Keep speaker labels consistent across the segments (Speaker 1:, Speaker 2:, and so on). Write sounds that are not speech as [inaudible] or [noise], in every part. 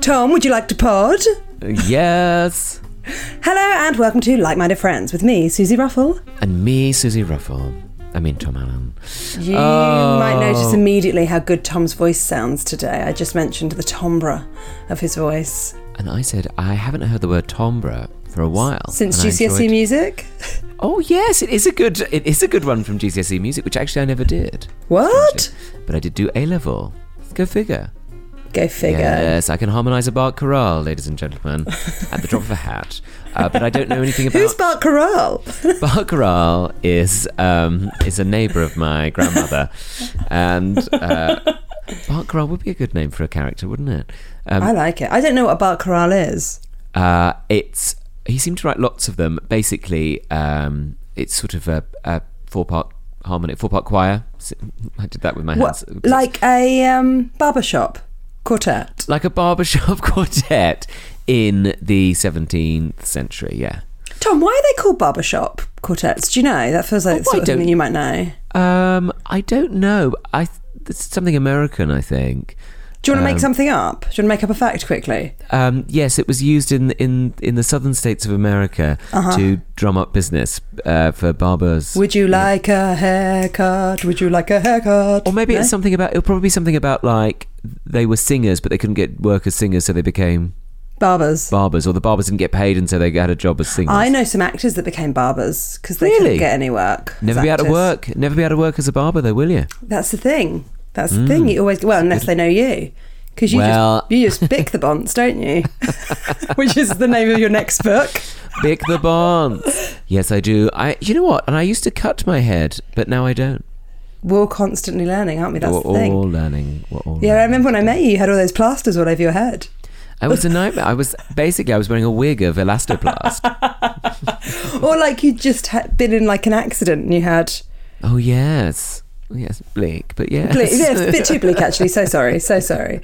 Speaker 1: Tom, would you like to pod?
Speaker 2: Yes.
Speaker 1: Hello and welcome to Like Minded Friends with me, Susie Ruffle.
Speaker 2: And me, Susie Ruffle. I mean, Tom Allen.
Speaker 1: You might notice immediately how good Tom's voice sounds today. I just mentioned the timbre of his voice.
Speaker 2: And I said, I haven't heard the word timbre for a while.
Speaker 1: Since
Speaker 2: and I
Speaker 1: GCSE
Speaker 2: enjoyed-
Speaker 1: E music?
Speaker 2: Oh, yes, it is a good it is a good one from GCSE E music, which actually I never did.
Speaker 1: What?
Speaker 2: But I did do A level. Go figure.
Speaker 1: Go figure.
Speaker 2: Yes, I can harmonise a Bart chorale, ladies and gentlemen, at the drop of a hat. Uh, but I don't know anything
Speaker 1: [laughs]
Speaker 2: about.
Speaker 1: Who's Bart Corral?
Speaker 2: Bart Corral is um, is a neighbour of my grandmother, and uh, Bart Corral would be a good name for a character, wouldn't it? Um,
Speaker 1: I like it. I don't know what a Bart Corral is.
Speaker 2: uh, it's he seemed to write lots of them. Basically, um, it's sort of a, a four part harmonic four part choir. S- I did that with my hands.
Speaker 1: What, like a um, barbershop quartet.
Speaker 2: like a barbershop [laughs] quartet in the 17th century. Yeah.
Speaker 1: Tom, why are they called barbershop quartets? Do you know? That feels like
Speaker 2: Oh,
Speaker 1: it's
Speaker 2: I
Speaker 1: sort of something
Speaker 2: don't-
Speaker 1: you might know.
Speaker 2: Um, I don't know. I th- it's something American, I think.
Speaker 1: Do you want to make something up? Do you want to make up a fact quickly?
Speaker 2: Um, yes, it was used in in in the southern states of America
Speaker 1: Uh-huh.
Speaker 2: to drum up business uh, for barbers.
Speaker 1: Would you like a haircut? Would you like a haircut?
Speaker 2: or maybe
Speaker 1: No?
Speaker 2: it's something about it'll probably be something about like they were singers, but they couldn't get work as singers, so they became
Speaker 1: barbers.
Speaker 2: barbers, or the barbers didn't get paid, and so they had a job as singers.
Speaker 1: I know some actors that became barbers because they
Speaker 2: Really?
Speaker 1: couldn't get any work. as
Speaker 2: Never be out of
Speaker 1: actors.
Speaker 2: work. Never be out of work as a barber, though, will you?
Speaker 1: That's the thing. That's the thing. You always well, unless they know you, because you
Speaker 2: Mm. Well-
Speaker 1: just you just bick the bonds, don't
Speaker 2: [laughs]
Speaker 1: you? [laughs] Which is the name of your next book.
Speaker 2: Bick the
Speaker 1: [laughs]
Speaker 2: bonds. yes, I do. I. You know what? And I used to cut my head, but now I don't.
Speaker 1: We're constantly learning, aren't we? That's
Speaker 2: we're
Speaker 1: the thing.
Speaker 2: all learning. We're all
Speaker 1: yeah, I
Speaker 2: learning.
Speaker 1: remember when I met you, you had all those plasters all over your head.
Speaker 2: I was a nightmare. I was basically I was wearing a
Speaker 1: [laughs]
Speaker 2: wig of elastoplast.
Speaker 1: Or like you'd just ha- been in like an accident and you had.
Speaker 2: Oh yes, yes, bleak, but yes,
Speaker 1: Bleak. Yeah, it's a bit too bleak actually. So sorry, so sorry.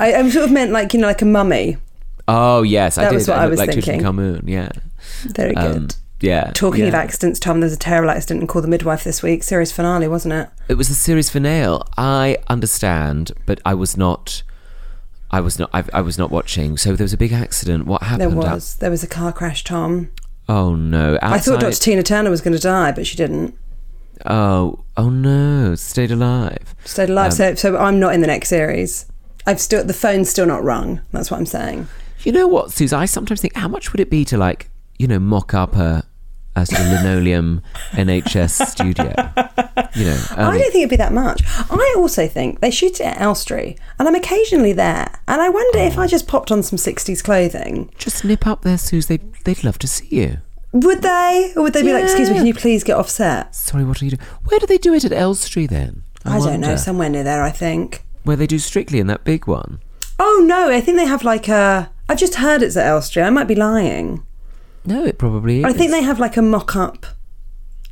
Speaker 1: I, I sort of meant like you know, like a mummy.
Speaker 2: oh yes, I
Speaker 1: That
Speaker 2: did.
Speaker 1: was what I
Speaker 2: looked
Speaker 1: was
Speaker 2: like
Speaker 1: thinking.
Speaker 2: Tutankhamun, yeah,
Speaker 1: Very good.
Speaker 2: Um, yeah.
Speaker 1: Talking
Speaker 2: yeah.
Speaker 1: of accidents, Tom, there was a terrible accident in Call the Midwife this week. Series finale, wasn't it?
Speaker 2: it was the series finale. I understand, but I was not. I was not. I, I was not watching. So there was a big accident. What
Speaker 1: There
Speaker 2: happened? out-
Speaker 1: was. There was a car crash, Tom.
Speaker 2: oh no! Outside,
Speaker 1: I thought Dr. Tina Turner was going to die, but she didn't.
Speaker 2: Oh, oh no! Stayed alive.
Speaker 1: Stayed alive.
Speaker 2: Um,
Speaker 1: so, so I'm not in the next series. I've still the phone's still not rung. That's what I'm saying.
Speaker 2: You know what, Suze? I sometimes think, how much would it be to like, you know, mock up a, a sort of linoleum NHS studio? You know,
Speaker 1: [laughs]
Speaker 2: um,
Speaker 1: I
Speaker 2: early-
Speaker 1: don't think it'd be that much. I also think they shoot it at Elstree, and I'm occasionally there. And I wonder if
Speaker 2: Oh.
Speaker 1: I just popped on some '60s clothing,
Speaker 2: just nip up there, Suze. They they'd love to see you.
Speaker 1: would they? Or would they be like, "Excuse me,
Speaker 2: Yeah.
Speaker 1: can you please get off set?"
Speaker 2: Sorry, what are you doing? Where do they do it at Elstree then?
Speaker 1: I, don't know.
Speaker 2: wonder.
Speaker 1: Somewhere near there, I think.
Speaker 2: Where they do Strictly in that big one.
Speaker 1: Oh no, I think they have like a. I've just heard it's at Elstree. I might be lying.
Speaker 2: No, it probably is.
Speaker 1: I think they have like a mock-up,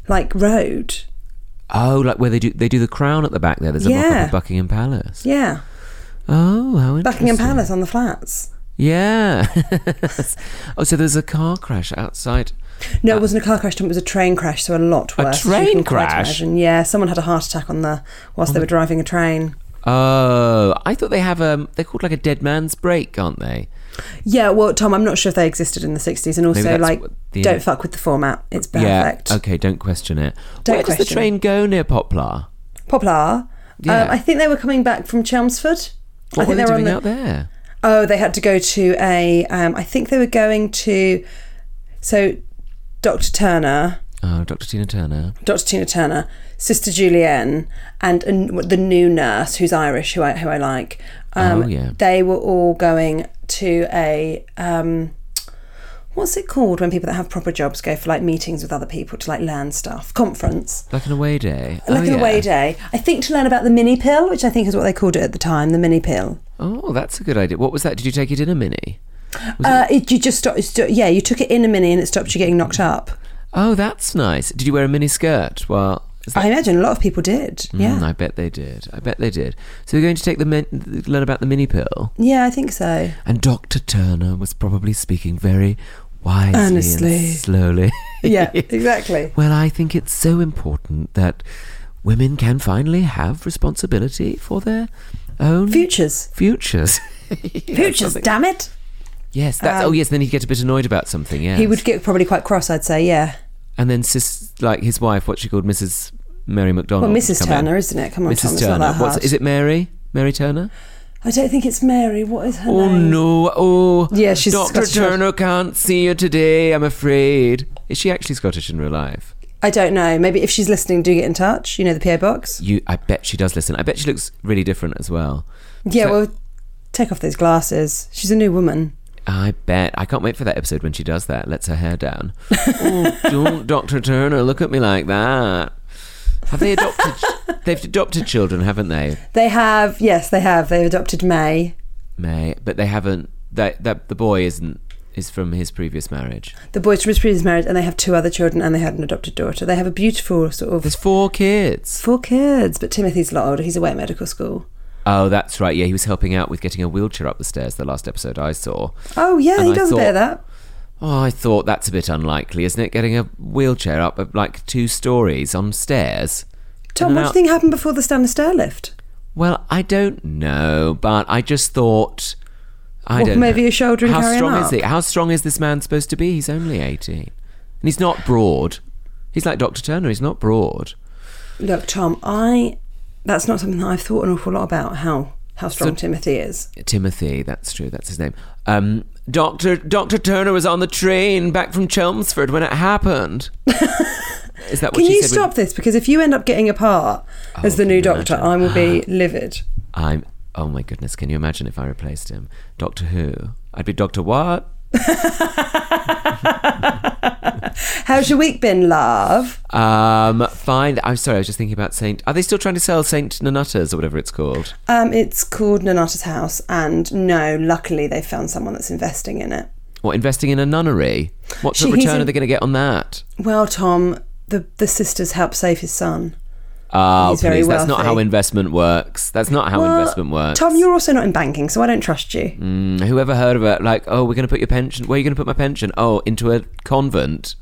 Speaker 1: like road.
Speaker 2: Oh, like where they do they do the crown at the back there. There's a mock-up
Speaker 1: Yeah.
Speaker 2: of Buckingham Palace.
Speaker 1: Yeah,
Speaker 2: Oh, how interesting.
Speaker 1: Buckingham Palace on the flats.
Speaker 2: [laughs] Yeah. oh, so there's a car crash outside
Speaker 1: No, it wasn't a car crash. Tom, It was a train crash, so a lot
Speaker 2: A
Speaker 1: worse. as you
Speaker 2: train
Speaker 1: can quite
Speaker 2: crash?
Speaker 1: imagine. Yeah, someone had a heart attack on the whilst they were driving a train.
Speaker 2: Oh, I thought they have um they're called like a dead man's break, aren't they?
Speaker 1: Yeah, well, Tom, I'm not sure if they existed in the 60s, and also
Speaker 2: that's
Speaker 1: like,
Speaker 2: what the-
Speaker 1: don't fuck with the format. It's perfect.
Speaker 2: Yeah. Okay, don't question it.
Speaker 1: Don't
Speaker 2: Where does the
Speaker 1: question
Speaker 2: train go near Poplar?
Speaker 1: Poplar.
Speaker 2: Yeah.
Speaker 1: Um, I think they were coming back from Chelmsford. I
Speaker 2: What
Speaker 1: think
Speaker 2: were they
Speaker 1: were
Speaker 2: doing
Speaker 1: the-
Speaker 2: out there?
Speaker 1: Oh, they had to go to a. Um, I think they were going to. So, Dr. Turner,
Speaker 2: Oh, Dr. Tina Turner.
Speaker 1: Dr. Tina Turner, Sister Julianne, and a, the new nurse who's Irish, who I who I like. Um,
Speaker 2: Oh, yeah.
Speaker 1: They were all going to a. Um, What's it called when people that have proper jobs go for like meetings with other people to like learn stuff? Conference.
Speaker 2: Like an away day.
Speaker 1: Like
Speaker 2: oh,
Speaker 1: an
Speaker 2: yeah.
Speaker 1: away day. I think to learn about the mini pill, which I think is what they called it at the time, the mini pill.
Speaker 2: Oh, that's a good idea. What was that? Did you take it in a mini?
Speaker 1: Uh, it, you just stopped, st- yeah, you took it in a mini and it stopped you getting knocked up.
Speaker 2: Oh, that's nice. Did you wear a mini skirt? Well, is that-
Speaker 1: I imagine a lot of people did. Yeah,
Speaker 2: Mm, I bet they did. I bet they did. So we're going to take the min- learn about the mini pill.
Speaker 1: yeah, I think
Speaker 2: [laughs]
Speaker 1: so.
Speaker 2: And Dr. Turner was probably speaking very wisely
Speaker 1: Earnestly.
Speaker 2: and slowly.
Speaker 1: [laughs]
Speaker 2: [laughs]
Speaker 1: Yeah, exactly.
Speaker 2: Well, I think it's so important that women can finally have responsibility for their own
Speaker 1: Futures,
Speaker 2: futures. [laughs]
Speaker 1: futures. Damn it!
Speaker 2: Yes, that's. oh, yes. Then he'd get a bit annoyed about something. Yeah,
Speaker 1: He would get probably quite cross. I'd say, yeah.
Speaker 2: And then sis, like his wife, what's she called, Mrs. Mary McDonald?
Speaker 1: Well,
Speaker 2: would
Speaker 1: Mrs.
Speaker 2: Oh, come in.
Speaker 1: Turner, isn't it? Come on, Tom,
Speaker 2: Mrs.
Speaker 1: it's not
Speaker 2: Turner.
Speaker 1: that
Speaker 2: What's,
Speaker 1: hard.
Speaker 2: is it Mary? Mary Turner?
Speaker 1: I don't think it's Mary. What is her
Speaker 2: Oh
Speaker 1: name?
Speaker 2: no! Oh,
Speaker 1: Yeah, she's
Speaker 2: Doctor
Speaker 1: Scottish.
Speaker 2: Turner can't see you today. I'm afraid. Is she actually Scottish in real life?
Speaker 1: I don't know. Maybe if she's listening, do get in touch. You know the PO box.
Speaker 2: You, I bet she does listen. I bet she looks really different as well.
Speaker 1: Yeah, well, take off those glasses. She's a new woman.
Speaker 2: I bet. I can't wait for that episode when she does that. Lets her
Speaker 1: [laughs]
Speaker 2: hair down. oh, don't, Doctor Turner, look at me like that. Have they adopted? they've adopted children, haven't they?
Speaker 1: They have, yes, they have. They've adopted May.
Speaker 2: May, but they haven't. That that the boy isn't is from his previous marriage.
Speaker 1: The boys from his previous marriage, and they have two other children, and they had an adopted daughter. They have a beautiful sort of
Speaker 2: There's four kids.
Speaker 1: four kids, but Timothy's a lot older. He's away at medical school.
Speaker 2: Oh, that's right. Yeah, he was helping out with getting a wheelchair up the stairs. The last episode I saw.
Speaker 1: Oh yeah,
Speaker 2: And
Speaker 1: he
Speaker 2: I
Speaker 1: does a bit of that.
Speaker 2: Oh, I thought that's a bit unlikely, isn't it? Getting a wheelchair up uh, like two stories on stairs.
Speaker 1: Tom,
Speaker 2: And
Speaker 1: what do
Speaker 2: now-
Speaker 1: you think happened before the Stanley Stair lift?
Speaker 2: Well, I don't know, but I just thought. I
Speaker 1: Walk
Speaker 2: don't
Speaker 1: him over
Speaker 2: know.
Speaker 1: your shoulder and
Speaker 2: How
Speaker 1: carry him
Speaker 2: strong is
Speaker 1: up.
Speaker 2: he? How strong is this man supposed to be? He's only eighteen, and he's not broad. He's like Doctor Turner. He's not broad.
Speaker 1: Look, Tom, I that's not something that I've thought an awful lot about how how strong Timothy is.
Speaker 2: Timothy, that's true. That's his name. Um, Doctor Doctor Turner was on the train back from Chelmsford when
Speaker 1: [laughs]
Speaker 2: it happened. Is that what
Speaker 1: Can
Speaker 2: she
Speaker 1: you
Speaker 2: said?
Speaker 1: stop this? Because if you end up getting a part as the
Speaker 2: can
Speaker 1: new
Speaker 2: you
Speaker 1: Doctor,
Speaker 2: imagine?
Speaker 1: I will
Speaker 2: [sighs]
Speaker 1: be livid.
Speaker 2: When, I'm. Oh my goodness! Can you imagine if I replaced him? Doctor Who? I'd be Doctor What?
Speaker 1: How's your week been, love?
Speaker 2: Um, fine. I'm sorry. I was just thinking about Saint. Are they still trying to sell Saint Nanutta's or whatever it's called?
Speaker 1: Um, it's called Nanata's House, and no, luckily they found someone that's investing in it.
Speaker 2: What investing in a nunnery? What sort of
Speaker 1: She's
Speaker 2: return
Speaker 1: in-
Speaker 2: are they going to get on that?
Speaker 1: Well, Tom, the the sisters helped save his son.
Speaker 2: Oh,
Speaker 1: He's very
Speaker 2: please! That's not how
Speaker 1: wealthy.
Speaker 2: investment works. That's not how
Speaker 1: Well,
Speaker 2: investment works.
Speaker 1: Tom, you're also not in banking, so I don't trust you.
Speaker 2: Mm, Whoever heard of it, like, oh, we're going to put your pension. Where are you going to put my pension? Oh, into a convent.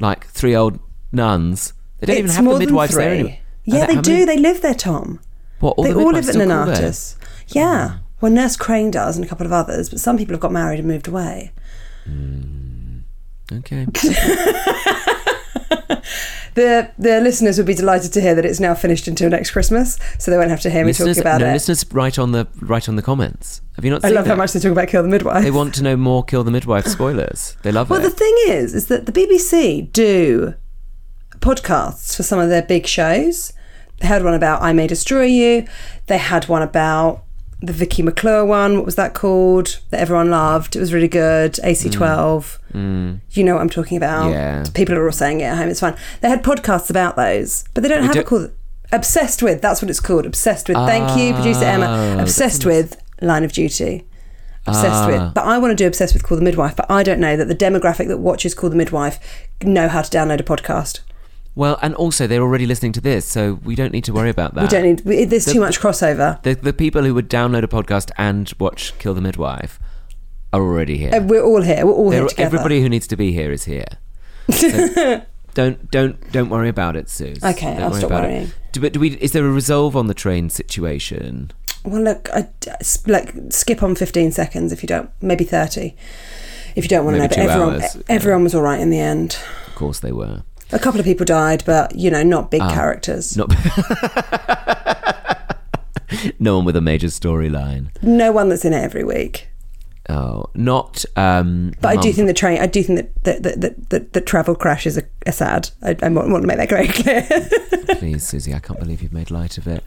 Speaker 2: Like three old nuns. They don't even
Speaker 1: It's
Speaker 2: have
Speaker 1: more
Speaker 2: the
Speaker 1: than
Speaker 2: midwives there
Speaker 1: three.
Speaker 2: anymore.
Speaker 1: Yeah,
Speaker 2: Are
Speaker 1: they
Speaker 2: how
Speaker 1: do.
Speaker 2: many-
Speaker 1: They live there, Tom.
Speaker 2: what? All
Speaker 1: they
Speaker 2: the
Speaker 1: all live
Speaker 2: midwives
Speaker 1: at
Speaker 2: still call there? Mm.
Speaker 1: Nanatus. Yeah. Well, Nurse Crane does and a couple of others, but some people have got married and moved away.
Speaker 2: Okay.
Speaker 1: The the listeners would be delighted to hear that it's now finished until next Christmas, so they won't have to hear me
Speaker 2: listeners,
Speaker 1: talk about
Speaker 2: no,
Speaker 1: it.
Speaker 2: listeners, write on the write on the comments. Have you not?
Speaker 1: I
Speaker 2: seen
Speaker 1: love
Speaker 2: that?
Speaker 1: how much they talk about Kill the Midwife.
Speaker 2: They want to know more. Kill the midwife spoilers. They love
Speaker 1: well,
Speaker 2: it.
Speaker 1: the thing is, is that the BBC do podcasts for some of their big shows. They had one about I May Destroy You. They had one about the Vicky McClure one. What was that called? That everyone loved. It was really good. AC12. You know what I'm talking about.
Speaker 2: Mm. Yeah.
Speaker 1: People are all saying it at home. It's fine. They had podcasts about those, but they don't have a
Speaker 2: don't-
Speaker 1: call. Obsessed with. That's what it's called. Obsessed with. Thank you, producer Emma.
Speaker 2: Oh,
Speaker 1: Obsessed with Line of Duty obsessed
Speaker 2: Ah.
Speaker 1: with. But I want to do obsessed with Call the Midwife, but I don't know that the demographic that watches Call the Midwife know how to download a podcast.
Speaker 2: well, and also they're already listening to this, so we don't need to worry about that.
Speaker 1: We don't need. We, there's too much crossover.
Speaker 2: the, the people who would download a podcast and watch Kill the Midwife are already here.
Speaker 1: Uh, We're all here. We're all
Speaker 2: They're-
Speaker 1: here together. [laughs]
Speaker 2: everybody who needs to be here is here. So don't don't don't worry about it, Suze.
Speaker 1: Okay,
Speaker 2: Don't
Speaker 1: I'll stop
Speaker 2: about it.
Speaker 1: worrying.
Speaker 2: Do, but do we? Is there a resolve on the train situation?
Speaker 1: Well, look, I, s- like skip on 15 seconds if you don't, maybe 30, if you don't want to know.
Speaker 2: Maybe
Speaker 1: But
Speaker 2: two
Speaker 1: everyone,
Speaker 2: hours,
Speaker 1: e- everyone was all right in the end.
Speaker 2: Of course they were.
Speaker 1: A couple of people died, but you know, not
Speaker 2: Ah.
Speaker 1: big characters.
Speaker 2: Not [laughs] no one with a major storyline.
Speaker 1: No one that's in it every week.
Speaker 2: Oh, not. Um,
Speaker 1: But I do
Speaker 2: Mum
Speaker 1: think the train. I do think that that that that, that travel crash is a, a sad. I, I want want to make that very [laughs] clear.
Speaker 2: Please, Susie, I can't believe you've made light of it.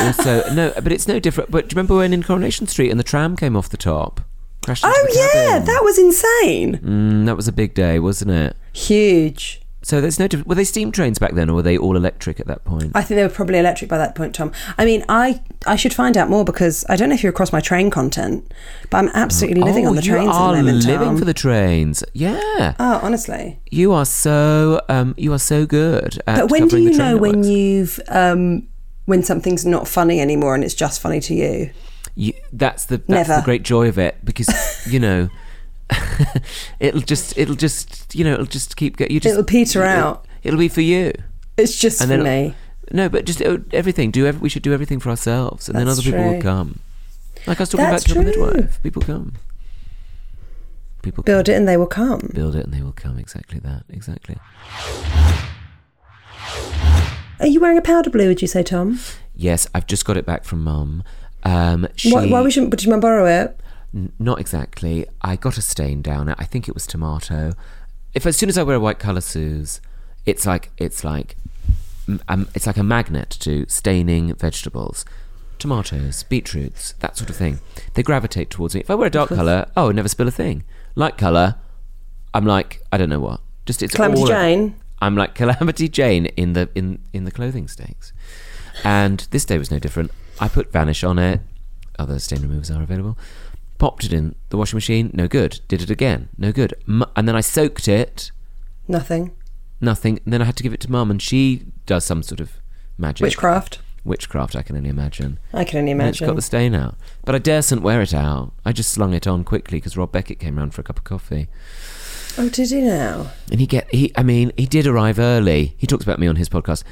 Speaker 2: Also, no, but it's no different. But do you remember when in Coronation Street and the tram came off the top? Crashed into
Speaker 1: oh
Speaker 2: the
Speaker 1: yeah,
Speaker 2: cabin?
Speaker 1: that was insane.
Speaker 2: Mm, that was a big day, wasn't it?
Speaker 1: Huge.
Speaker 2: So there's no different. Were they steam trains back then, or were they all electric at that point?
Speaker 1: I think they were probably electric by that point, Tom. I mean, I I should find out more because I don't know if you're across my train content, but I'm absolutely living
Speaker 2: oh,
Speaker 1: on the trains
Speaker 2: you
Speaker 1: at
Speaker 2: are
Speaker 1: the moment.
Speaker 2: living
Speaker 1: Tom.
Speaker 2: for the trains. Yeah,
Speaker 1: Oh, honestly.
Speaker 2: you are so um, you are so good. At
Speaker 1: But when do
Speaker 2: covering the
Speaker 1: you
Speaker 2: train
Speaker 1: know when
Speaker 2: networks.
Speaker 1: you've um, when something's not funny anymore and it's just funny to you?
Speaker 2: You, that's the that's
Speaker 1: Never.
Speaker 2: the great joy of it
Speaker 1: [laughs]
Speaker 2: because you know [laughs] it'll just it'll just you know it'll just keep get you just
Speaker 1: It'll peter
Speaker 2: it'll-
Speaker 1: out.
Speaker 2: It'll be for you.
Speaker 1: It's just
Speaker 2: And
Speaker 1: for
Speaker 2: then-
Speaker 1: me.
Speaker 2: No, but just uh, everything. Do ev- we should do everything for ourselves, and then
Speaker 1: That's
Speaker 2: other people will
Speaker 1: true.
Speaker 2: come. Like I was talking
Speaker 1: That's
Speaker 2: about Job
Speaker 1: true.
Speaker 2: Midwife. People come. People
Speaker 1: Build it and they will come.
Speaker 2: build it, and they will come. Exactly that. Exactly.
Speaker 1: Are you wearing a powder blue? Would you say, Tom?
Speaker 2: Yes, I've just got it back from Mum. Um, she,
Speaker 1: Why, why we shouldn't? Did you mind borrow it?
Speaker 2: N- not exactly. I got a stain down it. I think it was tomato. If as soon as I wear a white colour Suze, it's like it's like m- um, it's like a magnet to staining vegetables, tomatoes, beetroots, that sort of thing. They gravitate towards me. If I wear a dark colour, oh, I never spill a thing. Light colour, I'm like I don't know what. Just it's
Speaker 1: Calamity
Speaker 2: all-
Speaker 1: Jane?
Speaker 2: I'm like Calamity Jane in the in in the clothing stakes. And this day was no different. I put Vanish on it. Other stain removers are available. Popped it in the washing machine. No good. Did it again. No good. M- and then I soaked it.
Speaker 1: Nothing.
Speaker 2: Nothing. And then I had to give it to Mum, and she does some sort of magic.
Speaker 1: Witchcraft.
Speaker 2: Witchcraft, I can only imagine.
Speaker 1: I can only
Speaker 2: And it's got
Speaker 1: imagine.
Speaker 2: the stain out. But I daresn't wear it out. I just slung it on quickly because Rob Beckett came round for a cup of coffee.
Speaker 1: Oh, did he now?
Speaker 2: And he get he I mean, he did arrive early. He talks about me on his podcast.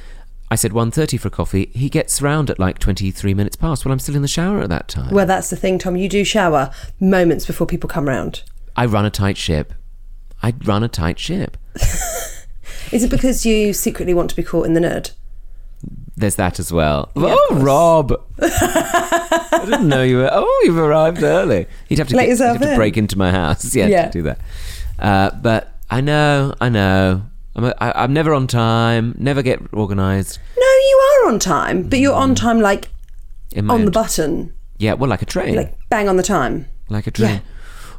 Speaker 2: I said 1.30 for a coffee. He gets round at like 23 minutes past. Well, I'm still in the shower at that time.
Speaker 1: Well, that's the thing, Tom. You do shower moments before people come round.
Speaker 2: I run a tight ship. I run a tight ship.
Speaker 1: Is it because you secretly want to be caught in the nerd?
Speaker 2: There's that as well. oh,
Speaker 1: [laughs]
Speaker 2: Rob! I didn't know you were. Oh, you've arrived early. You'd have to,
Speaker 1: Let
Speaker 2: get- you'd
Speaker 1: yourself
Speaker 2: have to
Speaker 1: in.
Speaker 2: break into my house. [laughs] Yeah,
Speaker 1: Yeah.
Speaker 2: to do that. Uh, but I know, I know. I'm, a, I, I'm never on time. Never get organised.
Speaker 1: No, you are on time, but you're
Speaker 2: Mm.
Speaker 1: on time like
Speaker 2: In my
Speaker 1: on the
Speaker 2: own-
Speaker 1: button,
Speaker 2: Yeah, well, like a train.
Speaker 1: like bang on the time.
Speaker 2: like a train.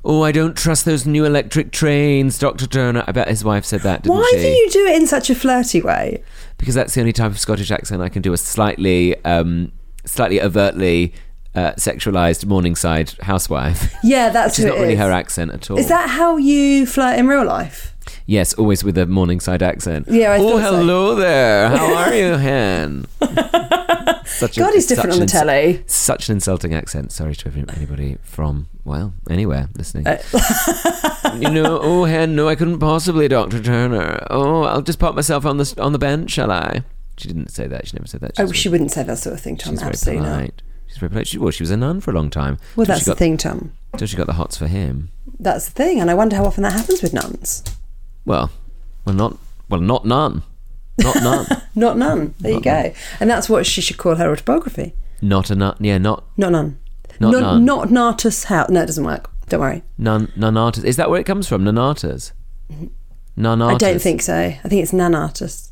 Speaker 2: Oh, I don't trust those new electric trains, Dr. Turner. I bet his wife said that, didn't
Speaker 1: Why
Speaker 2: she?
Speaker 1: do you do it in such a flirty way?
Speaker 2: Because that's the only type of Scottish accent I can do a slightly, um, slightly overtly uh, sexualized Morningside housewife. [laughs]
Speaker 1: Yeah, that's
Speaker 2: Which is
Speaker 1: who
Speaker 2: not
Speaker 1: it
Speaker 2: really
Speaker 1: is.
Speaker 2: her accent at all.
Speaker 1: Is that how you flirt in real life?
Speaker 2: Yes, always with a Morningside accent.
Speaker 1: Yeah, I
Speaker 2: oh,
Speaker 1: thought so.
Speaker 2: hello there. How
Speaker 1: [laughs]
Speaker 2: are you, Hen? such
Speaker 1: God, he's different
Speaker 2: such
Speaker 1: on the
Speaker 2: an ins-
Speaker 1: telly.
Speaker 2: Such an insulting accent. Sorry to every- anybody from well anywhere listening.
Speaker 1: Uh, [laughs]
Speaker 2: you know, oh Hen, no, I couldn't possibly, Doctor Turner. Oh, I'll just pop myself on the s- on the bench, shall I? She didn't say that. She never said that.
Speaker 1: Oh,
Speaker 2: was-
Speaker 1: she wouldn't say that sort of thing, Tom.
Speaker 2: she's very
Speaker 1: Absolutely not.
Speaker 2: polite. She's very polite. She, well, she was a nun for a long time.
Speaker 1: Well,
Speaker 2: till
Speaker 1: that's
Speaker 2: she
Speaker 1: the
Speaker 2: got,
Speaker 1: thing, Tom.
Speaker 2: Till she got the hots for him.
Speaker 1: That's the thing, and I wonder how often that happens with nuns.
Speaker 2: Well, well, not well, not none, not
Speaker 1: [laughs]
Speaker 2: none.
Speaker 1: Not none. There you go. And that's what she should call her autobiography.
Speaker 2: Not a nut. Yeah, not
Speaker 1: Not none.
Speaker 2: Not none.
Speaker 1: Not Nartus House. No, it doesn't work. Don't worry.
Speaker 2: non nonatas. Is that where it comes from? Nonatas. Nonatas.
Speaker 1: Mm-hmm. I don't think so. I think it's Nanatus.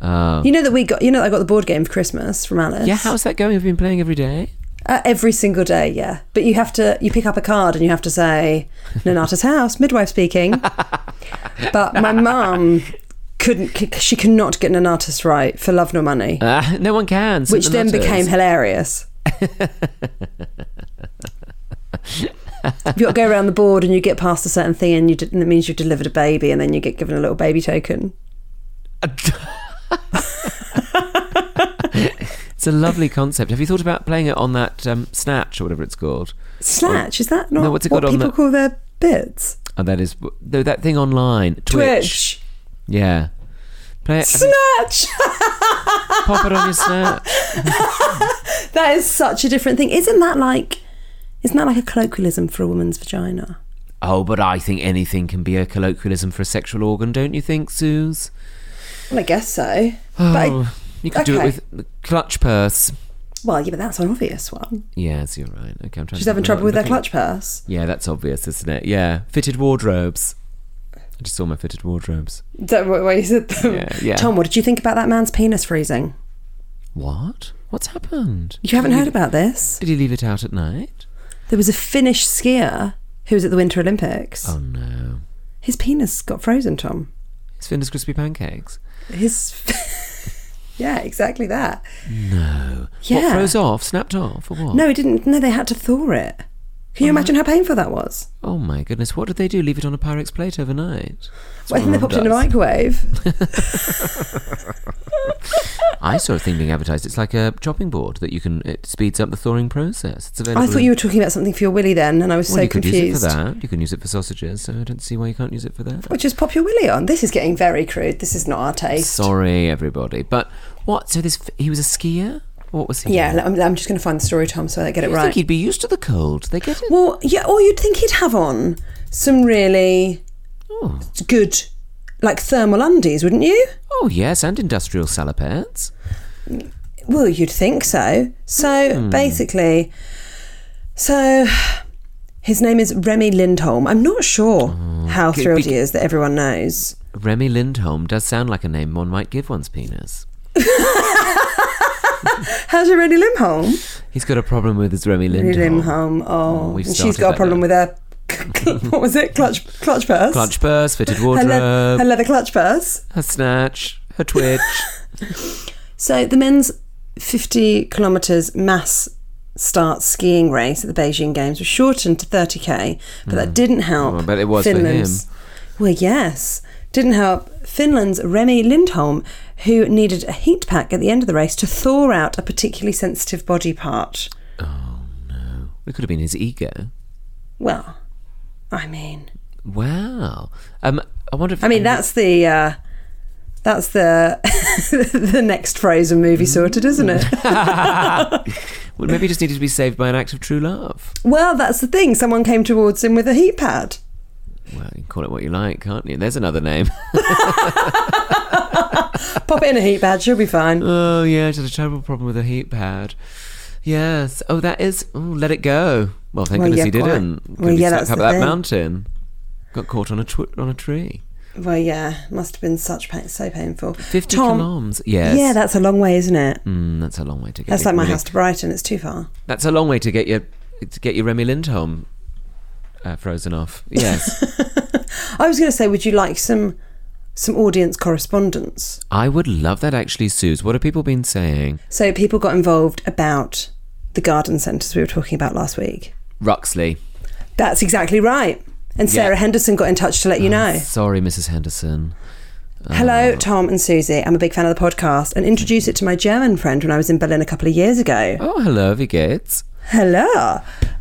Speaker 2: Oh.
Speaker 1: You know that we got. You know that I got the board game for Christmas from Alice.
Speaker 2: yeah. How's that going? Have you been playing every day?
Speaker 1: Uh, every single day, yeah. But you have to, you pick up a card and you have to say, Nanata's house, midwife speaking. but
Speaker 2: [laughs]
Speaker 1: my mum couldn't, c- she could not get Nanatus right for love nor money,
Speaker 2: Uh, [laughs] no one can.
Speaker 1: which then
Speaker 2: Nonatas. [laughs]
Speaker 1: became hilarious. You've got to go around the board and you get past a certain thing and, you, d- and it means you've delivered a baby and then you get given a little baby token.
Speaker 2: It's a lovely concept. Have you thought about playing it on that um, snatch or whatever it's called?
Speaker 1: Snatch, is that not
Speaker 2: No, what's it
Speaker 1: what
Speaker 2: called on
Speaker 1: people
Speaker 2: the-
Speaker 1: call their bits?
Speaker 2: Oh, that is no that thing online.
Speaker 1: Twitch.
Speaker 2: Twitch. Yeah. Play it.
Speaker 1: Snatch! [laughs]
Speaker 2: Pop it on your snap.
Speaker 1: that is such a different thing. Isn't that like, isn't that like a colloquialism for a woman's vagina?
Speaker 2: Oh, but I think anything can be a colloquialism for a sexual organ, don't you think, Suze?
Speaker 1: Well, I guess so. But I-
Speaker 2: Oh, you could do it
Speaker 1: okay.
Speaker 2: with the clutch purse.
Speaker 1: well, yeah, but that's an obvious one.
Speaker 2: Yes, you're right. Okay, I'm trying
Speaker 1: She's
Speaker 2: to
Speaker 1: having
Speaker 2: think
Speaker 1: trouble
Speaker 2: what
Speaker 1: with
Speaker 2: I'm
Speaker 1: her
Speaker 2: looking at.
Speaker 1: clutch purse.
Speaker 2: Yeah, that's obvious, isn't it? Yeah, fitted wardrobes. I just saw my fitted wardrobes.
Speaker 1: Don't wait, wait, is it the-
Speaker 2: Yeah, yeah.
Speaker 1: Tom, what did you think about that man's penis freezing?
Speaker 2: What? What's happened?
Speaker 1: You haven't heard about this?
Speaker 2: Did he leave it out at night?
Speaker 1: There was a Finnish skier who was at the Winter Olympics.
Speaker 2: Oh no.
Speaker 1: His penis got frozen, Tom.
Speaker 2: His fingers crispy pancakes.
Speaker 1: His. [laughs] yeah, exactly that.
Speaker 2: No. What
Speaker 1: Yeah.
Speaker 2: froze off? Snapped off or what?
Speaker 1: No, it didn't. No, they had to thaw it. Can you imagine how painful that was?
Speaker 2: Oh my goodness! What did they do? Leave it on a Pyrex plate overnight? That's
Speaker 1: Well, I think they
Speaker 2: what mum
Speaker 1: popped it in a
Speaker 2: does. [laughs]
Speaker 1: microwave.
Speaker 2: I saw a thing being advertised. It's like a chopping board that you can. It speeds up the thawing process. It's available.
Speaker 1: I thought
Speaker 2: in-
Speaker 1: you were talking about something for your willy then, and I was
Speaker 2: Well,
Speaker 1: so
Speaker 2: you could
Speaker 1: confused.
Speaker 2: use it for that. You can use it for sausages. So I don't see why you can't use it for that.
Speaker 1: Well, just pop your willy on. This is getting very crude. This is not our taste.
Speaker 2: Sorry, everybody. But what? So this he was a skier. What was he?
Speaker 1: Yeah, like, I'm, I'm just going to find the story, Tom, so I get it
Speaker 2: I
Speaker 1: right.
Speaker 2: think he'd be used to the cold. They get it.
Speaker 1: Well, yeah, or you'd think he'd have on some really
Speaker 2: Oh,
Speaker 1: good, like thermal undies, wouldn't you?
Speaker 2: oh yes, and industrial salopettes.
Speaker 1: Well, you'd think so. So
Speaker 2: Hmm.
Speaker 1: basically, so his name is Remy Lindholm. I'm not sure how
Speaker 2: Oh, good,
Speaker 1: thrilled
Speaker 2: bec-
Speaker 1: he is that everyone knows.
Speaker 2: Remy Lindholm does sound like a name one might give one's penis.
Speaker 1: How's your Remy Lindholm?
Speaker 2: He's got a problem with his Remy
Speaker 1: Remy
Speaker 2: Lindholm.
Speaker 1: Lindholm.
Speaker 2: Oh,
Speaker 1: Oh,
Speaker 2: we've
Speaker 1: and she's
Speaker 2: started
Speaker 1: got a
Speaker 2: that
Speaker 1: problem
Speaker 2: now.
Speaker 1: with her. [laughs] what was it? Clutch, clutch purse.
Speaker 2: Clutch purse, fitted
Speaker 1: Her,
Speaker 2: wardrobe,
Speaker 1: le-
Speaker 2: her,
Speaker 1: her leather clutch purse.
Speaker 2: snatch, her twitch.
Speaker 1: [laughs] So the men's 50 kilometres mass start skiing race at the Beijing Games was shortened to 30k, but that didn't help.
Speaker 2: Oh, I bet it was for
Speaker 1: Finland's.
Speaker 2: him.
Speaker 1: Well, yes, didn't help Finland's Remy Lindholm, who needed a heat pack at the end of the race to thaw out a particularly sensitive body part.
Speaker 2: it could have been his ego.
Speaker 1: Well, I mean,
Speaker 2: Wow. Um, I wonder if
Speaker 1: I mean that's the. Uh, that's the [laughs] the next Frozen movie sorted, isn't
Speaker 2: [laughs]
Speaker 1: it?
Speaker 2: well, maybe he just needed to be saved by an act of true love.
Speaker 1: well, that's the thing. Someone came towards him with a heat pad.
Speaker 2: Well, you can call it what you like, can't you? There's another name. [laughs]
Speaker 1: Pop it in a heat pad, she'll be fine.
Speaker 2: oh yeah, just a terrible problem with a heat pad. Yes. Oh, that is. Oh, let it go. Well, thank
Speaker 1: Well,
Speaker 2: goodness
Speaker 1: yeah,
Speaker 2: he
Speaker 1: quite.
Speaker 2: didn't. Could
Speaker 1: Well,
Speaker 2: be
Speaker 1: yeah,
Speaker 2: stuck
Speaker 1: that's
Speaker 2: up
Speaker 1: the
Speaker 2: that
Speaker 1: thing.
Speaker 2: mountain. Got caught on a tw- on a tree.
Speaker 1: Well, yeah, must have been such pain, so painful.
Speaker 2: Fifty
Speaker 1: Tom,
Speaker 2: kiloms. Yes.
Speaker 1: Yeah, that's a long way, isn't it?
Speaker 2: Mm, that's a long way to get.
Speaker 1: That's
Speaker 2: your
Speaker 1: like my
Speaker 2: Remy-
Speaker 1: house to Brighton. It's too far.
Speaker 2: That's a long way to get your to get your Remy Lindholm uh, frozen off.
Speaker 1: [laughs]
Speaker 2: Yes,
Speaker 1: I was going to say, would you like some some audience correspondence?
Speaker 2: I would love that actually, Suze. What have people been saying?
Speaker 1: So people got involved about the garden centres we were talking about last week.
Speaker 2: Ruxley.
Speaker 1: That's exactly right. And
Speaker 2: Yeah.
Speaker 1: Sarah Henderson got in touch to let you know.
Speaker 2: Sorry, Mrs. Henderson. Uh-huh.
Speaker 1: Hello, Tom and Susie. I'm a big fan of the podcast and introduced it to my German friend when I was in Berlin a couple of years ago.
Speaker 2: Oh, hello, wie geht's?
Speaker 1: Hello.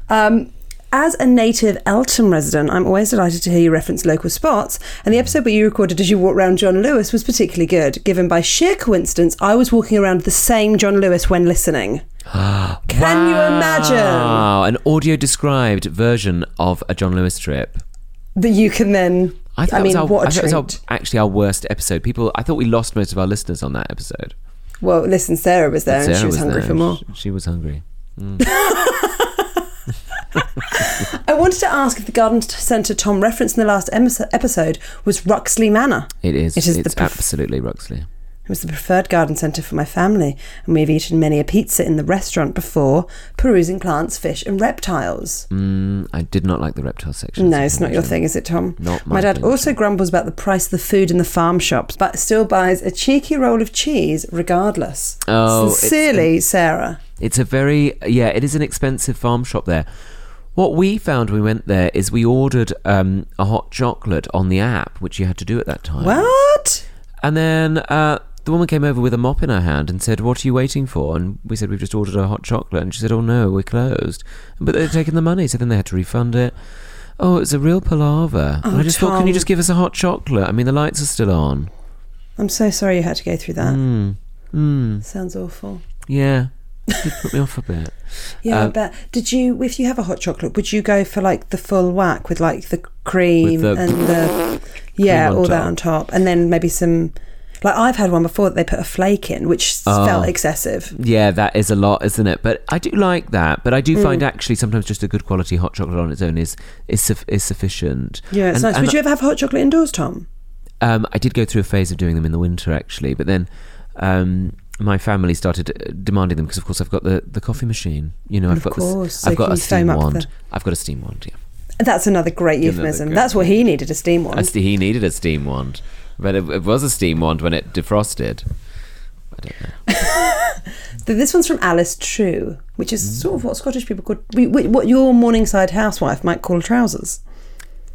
Speaker 1: Um, as a native Eltham resident, I'm always delighted to hear you reference local spots. And the episode where you recorded as you walked around John Lewis was particularly good, given by sheer coincidence, I was walking around the same John Lewis when
Speaker 2: [gasps]
Speaker 1: listening. Can you imagine
Speaker 2: Wow, an audio described version of a John Lewis trip.
Speaker 1: that you can then? I,
Speaker 2: thought
Speaker 1: mean,
Speaker 2: it was our,
Speaker 1: what
Speaker 2: I
Speaker 1: a
Speaker 2: thought
Speaker 1: treat.
Speaker 2: it was our, actually our worst episode. People, I thought we lost most of our listeners on that episode.
Speaker 1: well, listen, Sarah was there and
Speaker 2: Sarah
Speaker 1: she was, hungry
Speaker 2: there.
Speaker 1: for more.
Speaker 2: She, she was hungry.
Speaker 1: I wanted to ask if the garden centre Tom referenced in the last emis- episode was Ruxley Manor.
Speaker 2: It is.
Speaker 1: It is the
Speaker 2: it's
Speaker 1: perf-
Speaker 2: absolutely Ruxley.
Speaker 1: It was the preferred garden centre for my family, and we have eaten many a pizza in the restaurant before, perusing plants, fish, and reptiles.
Speaker 2: Mm, I did not like the reptile section.
Speaker 1: No, it's not your thing, is it, Tom?
Speaker 2: Not my
Speaker 1: my dad
Speaker 2: thing.
Speaker 1: also grumbles about the price of the food in the farm shops, but still buys a cheeky roll of cheese regardless.
Speaker 2: Oh, it's-
Speaker 1: Sincerely, Sarah.
Speaker 2: It's a very yeah. It is an expensive farm shop there. What we found when we went there is we ordered um, a hot chocolate on the app, which you had to do at that time.
Speaker 1: What?
Speaker 2: And then uh, the woman came over with a mop in her hand and said, "What are you waiting for?" And we said, "We've just ordered a hot chocolate." And she said, "Oh no, we're closed." But they'd taken the money, so then they had to refund it. oh, it was a real palaver. and
Speaker 1: Oh,
Speaker 2: I just thought, can
Speaker 1: Tom.
Speaker 2: you just give us a hot chocolate? I mean, the lights are still on.
Speaker 1: I'm so sorry you had to go through that.
Speaker 2: Mm,
Speaker 1: Sounds awful.
Speaker 2: yeah. It put me off
Speaker 1: [laughs]
Speaker 2: a bit.
Speaker 1: Yeah, I
Speaker 2: Um,
Speaker 1: bet. Did you, if you have a hot chocolate, would you go for like the full whack with like the cream
Speaker 2: With the
Speaker 1: and the yeah,
Speaker 2: cream on
Speaker 1: all that
Speaker 2: top.
Speaker 1: on top, and then maybe some. Like I've had one before that they put a flake in, which s-
Speaker 2: Ah.
Speaker 1: felt excessive.
Speaker 2: Yeah, that is a lot, isn't it? But I do like that. But I
Speaker 1: Mm.
Speaker 2: do find actually sometimes just a good quality hot chocolate on its own is is, suf- is sufficient.
Speaker 1: Yeah, it's
Speaker 2: And-
Speaker 1: nice.
Speaker 2: and
Speaker 1: would you ever have hot chocolate indoors, Tom?
Speaker 2: Um, I did go through a phase of doing them in the winter, actually, but then um, my family started uh, demanding them because, of course, I've got the, the coffee machine. You know, I've
Speaker 1: Of
Speaker 2: got this-
Speaker 1: course, so
Speaker 2: I've got
Speaker 1: can
Speaker 2: a
Speaker 1: you foam
Speaker 2: steam
Speaker 1: up
Speaker 2: wand.
Speaker 1: the-
Speaker 2: I've got a steam wand. Yeah,
Speaker 1: That's another great
Speaker 2: Another
Speaker 1: euphemism.
Speaker 2: great
Speaker 1: That's what he needed a steam one.
Speaker 2: I see he needed a steam wand, but it, it was a steam wand when it defrosted.
Speaker 1: Th- This one's from Alice True, which is
Speaker 2: Mm.
Speaker 1: sort of what Scottish people call we- we- what your Morningside housewife might call
Speaker 2: [laughs]
Speaker 1: trousers.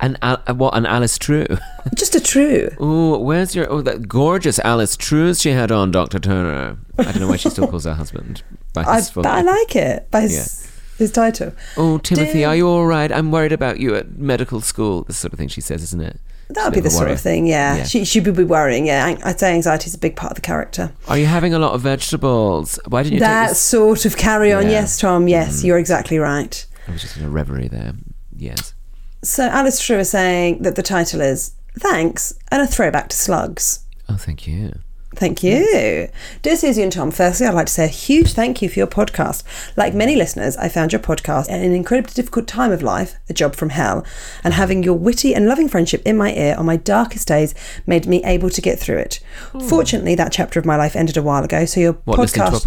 Speaker 2: And Al- uh, what? An Alice True. [laughs]
Speaker 1: Just a true.
Speaker 2: Oh, where's your oh that gorgeous Alice Trues she had on, Doctor Turner? I don't know why she still
Speaker 1: [laughs]
Speaker 2: calls her husband by
Speaker 1: I,
Speaker 2: his full
Speaker 1: but I
Speaker 2: name.
Speaker 1: like it by his, his title.
Speaker 2: Oh, Timothy,
Speaker 1: Do-
Speaker 2: are you all right? I'm worried about you at medical school. This sort of thing she says, isn't it?
Speaker 1: That
Speaker 2: She's a
Speaker 1: would be
Speaker 2: bit
Speaker 1: the
Speaker 2: a
Speaker 1: sort
Speaker 2: worrier.
Speaker 1: of thing, yeah.
Speaker 2: Yeah.
Speaker 1: She, she would be worrying, yeah. An- I'd say anxiety is a big part of the character.
Speaker 2: Are you having a lot of vegetables? Why didn't you
Speaker 1: that sort of carry on,
Speaker 2: Yeah. Mm.
Speaker 1: yes, Tom, yes, you're exactly right.
Speaker 2: take this? I was just in a reverie there. Yes.
Speaker 1: So Alice True is saying that the title is Thanks and a Throwback to Slugs.
Speaker 2: Oh, thank you.
Speaker 1: Thank you. Dear Susie and Tom, firstly, I'd like to say a huge thank you for your podcast. Like many listeners, I found your podcast at an incredibly difficult time of life, a job from hell, and having your witty and loving friendship in my ear on my darkest days made me able to get through it. Fortunately, that chapter of my life ended a while ago, so your
Speaker 2: What, listening
Speaker 1: podcast.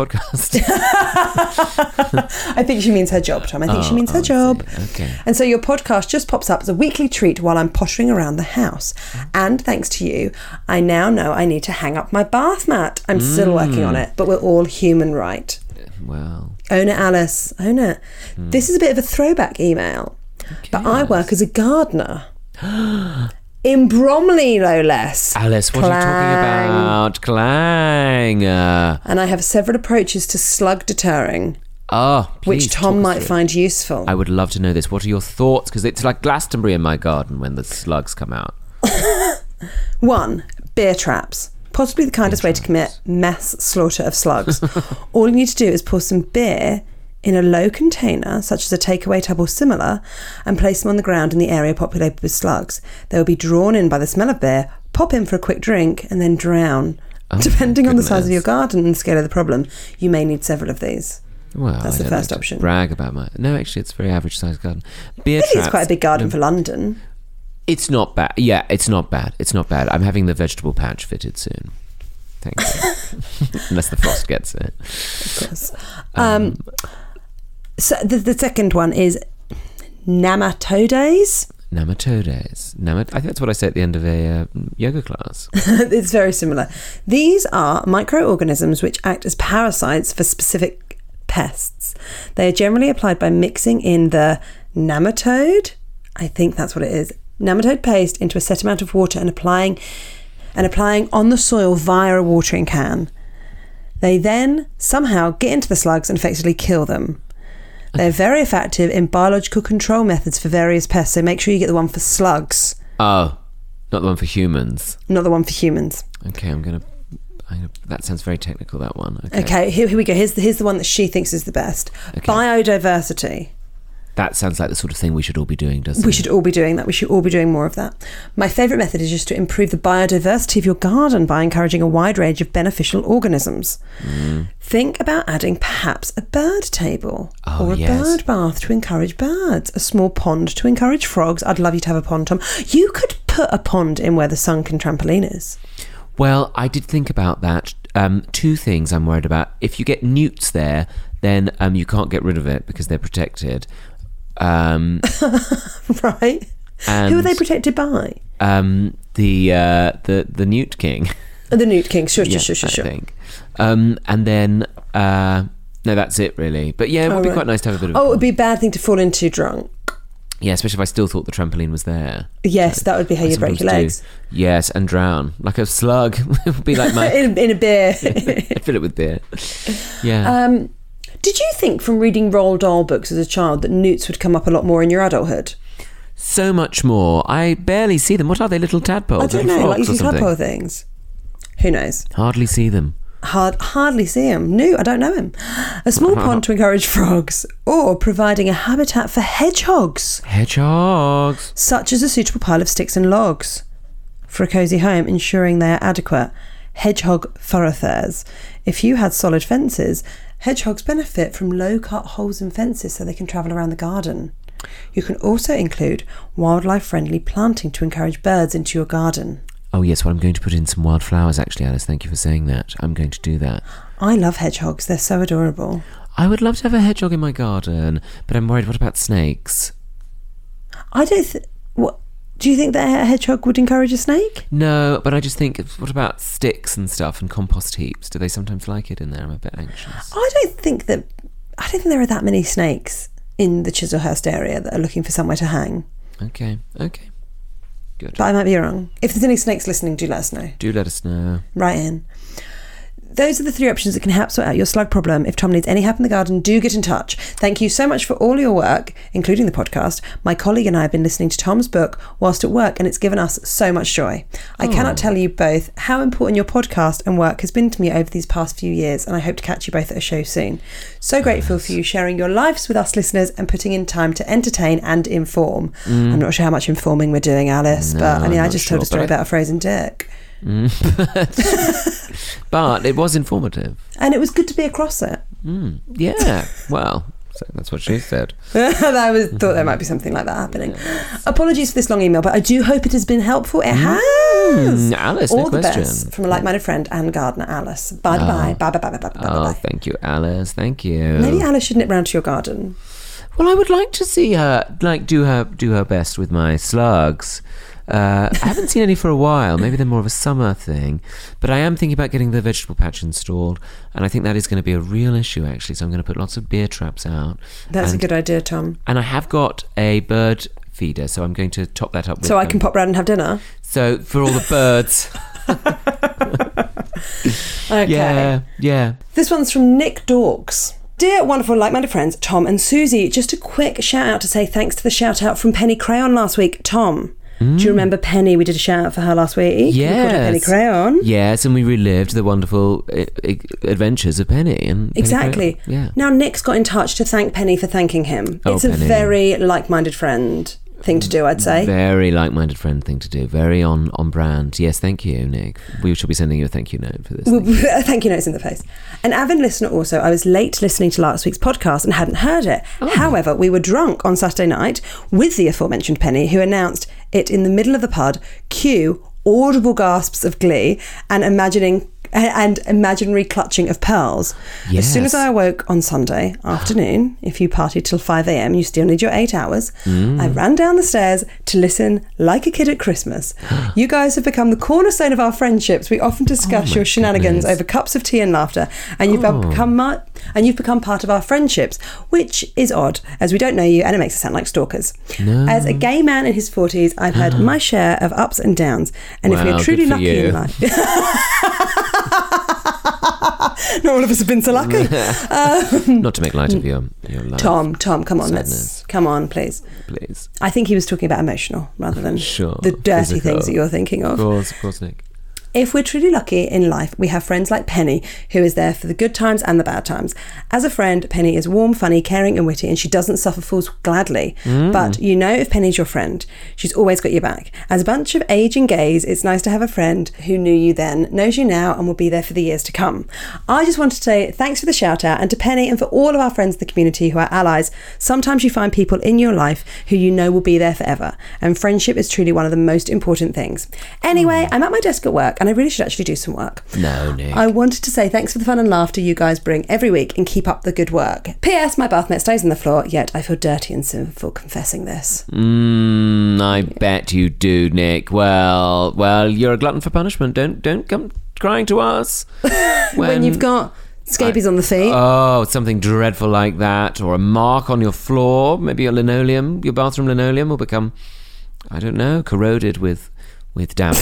Speaker 2: to a
Speaker 1: [laughs]
Speaker 2: podcast?
Speaker 1: I think she means her job, Tom. I think she
Speaker 2: Oh,
Speaker 1: means her
Speaker 2: I see.
Speaker 1: job.
Speaker 2: Okay.
Speaker 1: And so your podcast just pops up as a weekly treat while I'm pottering around the house. And thanks to you, I now know I need to hang up my bath mat. I'm still working
Speaker 2: Mm.
Speaker 1: on it, but we're all human, right?
Speaker 2: well,
Speaker 1: Own it, Alice. Own it.
Speaker 2: Hmm.
Speaker 1: This is a bit of a throwback email, but I work as a gardener. [gasps] In Bromley, no less.
Speaker 2: Alice, what are you
Speaker 1: Clang.
Speaker 2: talking about? Clang. Uh,
Speaker 1: And I have several approaches to slug deterring,
Speaker 2: oh, please
Speaker 1: which
Speaker 2: talk
Speaker 1: Tom
Speaker 2: us
Speaker 1: might
Speaker 2: through.
Speaker 1: find useful.
Speaker 2: I would love to know this. What are your thoughts? Because it's like Glastonbury in my garden when the slugs come out.
Speaker 1: One, beer traps. Possibly the kindest way to commit mass slaughter of
Speaker 2: [laughs]
Speaker 1: slugs. All you need to do is pour some beer in a low container, such as a takeaway tub or similar, and place them on the ground in the area populated with slugs. They will be drawn in by the smell of beer, pop in for a quick drink, and then drown. Depending on the size of
Speaker 2: Oh goodness.
Speaker 1: your garden and the scale of the problem, you may need several of these.
Speaker 2: Well,
Speaker 1: That's the
Speaker 2: I don't like
Speaker 1: first
Speaker 2: to
Speaker 1: option.
Speaker 2: Brag about my no, actually, it's a very average sized garden. Beer
Speaker 1: I think
Speaker 2: traps. Mm.
Speaker 1: it's quite a big garden for London.
Speaker 2: It's not bad. Yeah, it's not bad. It's not bad. I'm having the vegetable patch fitted soon. Thank you. [laughs] Unless the frost gets it.
Speaker 1: Um, so the, the second one is nematodes.
Speaker 2: Nematodes. Nemat- I think that's what I say at the end of a uh, yoga class.
Speaker 1: [laughs] it's very similar. These are microorganisms which act as parasites for specific pests. They are generally applied by mixing in the nematode, I think that's what it is, nematode paste into a set amount of water and applying and applying on the soil via a watering can. They then somehow get into the slugs and effectively kill them. They're very effective in biological control methods for various pests, so make sure you get the one for slugs,
Speaker 2: Oh, not the one for humans.
Speaker 1: not the one for humans.
Speaker 2: Okay, I'm gonna. I'm gonna that sounds very technical. That one. Okay.
Speaker 1: Okay, here, here we go. Here's the, here's the one that she thinks is the best. Biodiversity.
Speaker 2: That sounds like the sort of thing we should all be doing, doesn't
Speaker 1: We
Speaker 2: it?
Speaker 1: should all be doing that. We should all be doing more of that. My favourite method is just to improve the biodiversity of your garden by encouraging a wide range of beneficial organisms.
Speaker 2: Mm.
Speaker 1: Think about adding perhaps a bird table
Speaker 2: Oh,
Speaker 1: or a
Speaker 2: yes.
Speaker 1: bird bath to encourage birds, a small pond to encourage frogs. I'd love you to have a pond, Tom. You could put a pond in where the sunken trampoline is. [laughs]
Speaker 2: Well, I did think about that. Um, two things I'm worried about. If you get newts there, then um, you can't get rid of it because they're protected. Um,
Speaker 1: right?
Speaker 2: and
Speaker 1: Who are they protected by?
Speaker 2: um, the uh, the the newt king.
Speaker 1: The Newt King. Sure, sure,
Speaker 2: Yeah,
Speaker 1: sure, sure,
Speaker 2: [laughs] I
Speaker 1: sure.
Speaker 2: think. Um, and then uh, no, that's it really. But yeah, it would
Speaker 1: Oh,
Speaker 2: be
Speaker 1: right.
Speaker 2: quite nice to have a bit of.
Speaker 1: Oh, it would be a bad thing to fall into drunk.
Speaker 2: yeah, especially if I still thought the trampoline was there.
Speaker 1: Yes, that would be how
Speaker 2: I
Speaker 1: you break
Speaker 2: sometimes
Speaker 1: your
Speaker 2: do.
Speaker 1: legs.
Speaker 2: Yes, and drown like a slug. [laughs] it would be
Speaker 1: [laughs]
Speaker 2: like my.
Speaker 1: in, in a
Speaker 2: [laughs]
Speaker 1: beer. [laughs]
Speaker 2: I'd fill it with beer. Yeah.
Speaker 1: um, did you think from reading Roald Dahl books as a child that newts would come up a lot more in your adulthood?
Speaker 2: so much more. I barely see them. What are they? Little tadpoles?
Speaker 1: I don't
Speaker 2: little
Speaker 1: know, like
Speaker 2: frogs or
Speaker 1: little
Speaker 2: something?
Speaker 1: tadpole things. Who knows?
Speaker 2: Hardly see them.
Speaker 1: Hard, hardly see him. No, I don't know him. A
Speaker 2: [laughs]
Speaker 1: small pond to encourage frogs, or providing a habitat for hedgehogs,
Speaker 2: Hedgehogs.
Speaker 1: such as a suitable pile of sticks and logs for a cosy home, ensuring they are adequate. Hedgehog thoroughfares. If you had solid fences, hedgehogs benefit from low cut holes in fences so they can travel around the garden. You can also include wildlife friendly planting to encourage birds into your garden.
Speaker 2: Oh yes, well I'm going to put in some wildflowers actually, Alice. Thank you for saying that. I'm going to do that.
Speaker 1: I love hedgehogs, they're so adorable.
Speaker 2: I would love to have a hedgehog in my garden, but I'm worried. What about snakes?
Speaker 1: I don't. Th- what do you think that a hedgehog would encourage a snake?
Speaker 2: No, but I just think, what about sticks and stuff and compost heaps? Do they sometimes like it in there? I'm a bit anxious.
Speaker 1: I don't think that. I don't think there are that many snakes in the Chiselhurst area that are looking for somewhere to hang.
Speaker 2: Okay, okay. Good.
Speaker 1: But I might be wrong. If there's any snakes listening, do let us know.
Speaker 2: Do let us know.
Speaker 1: Right in. Those are the three options that can help sort out your slug problem. If Tom needs any help in the garden, do get in touch. Thank you so much for all your work, including the podcast. My colleague and I have been listening to Tom's book whilst at work, and it's given us so much joy. I cannot tell you both how important your podcast and work has been to me over these past few years, and I hope to catch you both at a show soon. So grateful for you sharing your lives with us listeners and putting in time to entertain and inform. I'm not sure how much informing we're doing, Alice, but I
Speaker 2: Mm. I'm
Speaker 1: mean, I
Speaker 2: not
Speaker 1: just
Speaker 2: sure,
Speaker 1: told a story
Speaker 2: but I-
Speaker 1: about a frozen dick.
Speaker 2: But it was informative.
Speaker 1: And it was good to be across it. [laughs]
Speaker 2: Yeah. Well, so that's what she said.
Speaker 1: I was thought there might be something like that happening. Apologies for this long email, but I do hope it has been helpful. It has.
Speaker 2: Mm, Hmm. Alice,
Speaker 1: All
Speaker 2: no
Speaker 1: the
Speaker 2: question.
Speaker 1: best from a like-minded friend and gardener, Alice. Bye bye bye bye bye bye bye bye.
Speaker 2: Oh,
Speaker 1: bye.
Speaker 2: thank you, Alice. Thank you.
Speaker 1: Maybe Alice should nip round to your garden.
Speaker 2: Well, I would like to see her, like, do her do her best with my slugs. Uh, I haven't seen any for a while. Maybe they're more of a summer thing. But I am thinking about getting the vegetable patch installed, and I think that is going to be a real issue, actually. So I'm going to put lots of beer traps out.
Speaker 1: That's
Speaker 2: and,
Speaker 1: a good idea, Tom.
Speaker 2: And I have got a bird feeder, so I'm going to top that up. With
Speaker 1: So I can
Speaker 2: them.
Speaker 1: pop round and have dinner.
Speaker 2: So for all the birds,
Speaker 1: [laughs] Okay.
Speaker 2: yeah, yeah.
Speaker 1: This one's from Nick Dorks. Dear wonderful like minded friends, Tom and Susie, just a quick shout out to say thanks to the shout out from Penny Crayon last week. Tom, do you remember Penny? We did a shout out for her last week. We called her Penny
Speaker 2: Mm. Yes.
Speaker 1: Crayon.
Speaker 2: Yes, and we relived the wonderful i i adventures of Penny and Penny
Speaker 1: Exactly.
Speaker 2: Crayon. Yeah.
Speaker 1: Now Nick's got in touch to thank Penny for thanking him.
Speaker 2: Oh,
Speaker 1: it's a
Speaker 2: Penny. Mm,
Speaker 1: very like-minded friend thing to do, I'd say.
Speaker 2: Very like-minded friend thing to do. Very on on brand. Yes, thank you, Nick. We shall be sending you a thank you note for this.
Speaker 1: Well, [laughs] Thank you notes in the face. An avid listener also, I was late listening to last week's podcast and hadn't heard it. However, we were drunk on Saturday night with the aforementioned Penny, who announced it in the middle of the pub, cue audible gasps of glee and imagining and imaginary clutching of pearls. As soon as
Speaker 2: Yes.
Speaker 1: I awoke on Sunday afternoon, [sighs] if you party till 5 a.m., you still need your eight hours. I
Speaker 2: Mm.
Speaker 1: ran down the stairs to listen like a kid at
Speaker 2: [gasps]
Speaker 1: Christmas. you guys have become the cornerstone of our friendships. We
Speaker 2: Oh
Speaker 1: often discuss your shenanigans over cups of tea and laughter, and you've
Speaker 2: Oh.
Speaker 1: become mar- and you've become part of our friendships, which is odd as we don't know you and it makes us sound like stalkers. As a gay man in his 40s, I've
Speaker 2: [gasps]
Speaker 1: had my share of ups and downs, and if
Speaker 2: Wow,
Speaker 1: we're
Speaker 2: good
Speaker 1: truly
Speaker 2: for
Speaker 1: lucky
Speaker 2: you.
Speaker 1: in life. [laughs] Not all of us have been so
Speaker 2: [laughs]
Speaker 1: lucky.
Speaker 2: Not to make light of your your life,
Speaker 1: Tom, Tom, come on,
Speaker 2: Sadness.
Speaker 1: let's come on, please.
Speaker 2: please.
Speaker 1: I think he was talking about emotional rather than
Speaker 2: Sure,
Speaker 1: the dirty
Speaker 2: physical.
Speaker 1: things that you're thinking
Speaker 2: Of
Speaker 1: of.
Speaker 2: course, of course, Nick.
Speaker 1: If we're truly lucky in life, we have friends like Penny, who is there for the good times and the bad times. As a friend, Penny is warm, funny, caring, and witty, and she doesn't suffer fools gladly.
Speaker 2: Mm.
Speaker 1: But you know, if Penny's your friend, she's always got your back. As a bunch of aging gays, it's nice to have a friend who knew you then, knows you now, and will be there for the years to come. I just wanted to say thanks for the shout out and to Penny and for all of our friends in the community who are allies. Sometimes you find people in your life who you know will be there forever, and friendship is truly one of the most important things.
Speaker 2: Mm.
Speaker 1: Anyway, I'm at my desk at work and I really should actually do some work.
Speaker 2: No, Nick.
Speaker 1: I wanted to say thanks for the fun and laughter you guys bring every week and keep up the good work. P.S. My bath mat stays on the floor, yet I feel dirty and sinful confessing this.
Speaker 2: Mm, I bet you do, Nick. Well, well, you're a glutton for punishment. Don't don't come crying to us
Speaker 1: [laughs] When,
Speaker 2: Um,
Speaker 1: you've got scabies on the feet,
Speaker 2: Oh, something dreadful like that, or a mark on your floor. Maybe your linoleum, your bathroom linoleum, will become, I don't know, corroded with
Speaker 1: [laughs]
Speaker 2: with damp.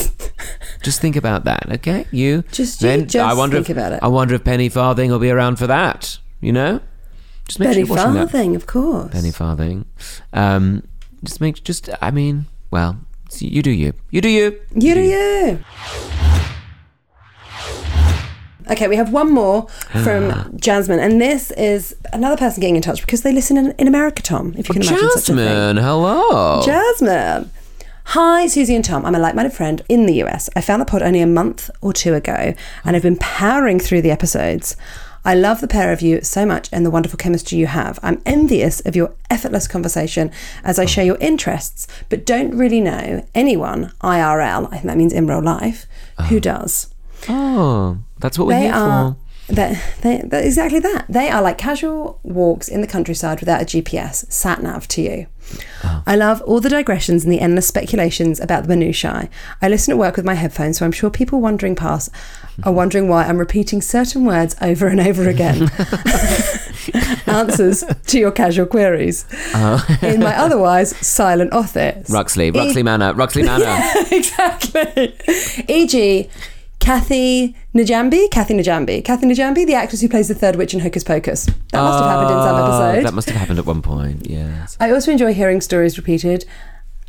Speaker 2: just think about that, okay? You
Speaker 1: Just- you
Speaker 2: then
Speaker 1: just
Speaker 2: I wonder
Speaker 1: think
Speaker 2: if,
Speaker 1: about it.
Speaker 2: I wonder if penny farthing will be around for that. You know, just make
Speaker 1: Penny
Speaker 2: sure you're washing that
Speaker 1: farthing, of course.
Speaker 2: penny farthing. Um, Just make, just, I mean, well, it's- you do you. You do you.
Speaker 1: You do you. Okay, we have one more from Jasmine, and this is another person getting in touch because they listen in, in America, Tom, if you can imagine such a thing.
Speaker 2: Jasmine, hello.
Speaker 1: Jasmine. Hi, Susie and Tom. I'm a like minded friend in the US. I found the pod only a month or two ago and I've been powering through the episodes. I love the pair of you so much and the wonderful chemistry you have. I'm envious of your effortless conversation as I share your interests, but don't really know anyone IRL, I think that means in real life, who does
Speaker 2: oh, that's what we're
Speaker 1: they
Speaker 2: here
Speaker 1: are
Speaker 2: for.
Speaker 1: they, they, they're exactly that. They are like casual walks in the countryside without a GPS, sat nav to you.
Speaker 2: Ah.
Speaker 1: I love all the digressions and the endless speculations about the minutiae. I listen at work with my headphones, so I'm sure people wandering past are wondering why I'm repeating certain words over and over
Speaker 2: [laughs]
Speaker 1: again. [laughs] Answers to your casual queries in
Speaker 2: [laughs]
Speaker 1: my otherwise silent office.
Speaker 2: Ah. Ruxley,
Speaker 1: E-
Speaker 2: Ruxley Manor,
Speaker 1: [laughs]
Speaker 2: Ruxley Manor.
Speaker 1: exactly. E.g., Kathy Najambi, Kathy Najambi, Kathy Najambi, the actress who plays the third witch in Hocus Pocus. That must have happened in some
Speaker 2: Oh,
Speaker 1: episode.
Speaker 2: That must have happened at one point, yes.
Speaker 1: I also enjoy hearing stories repeated,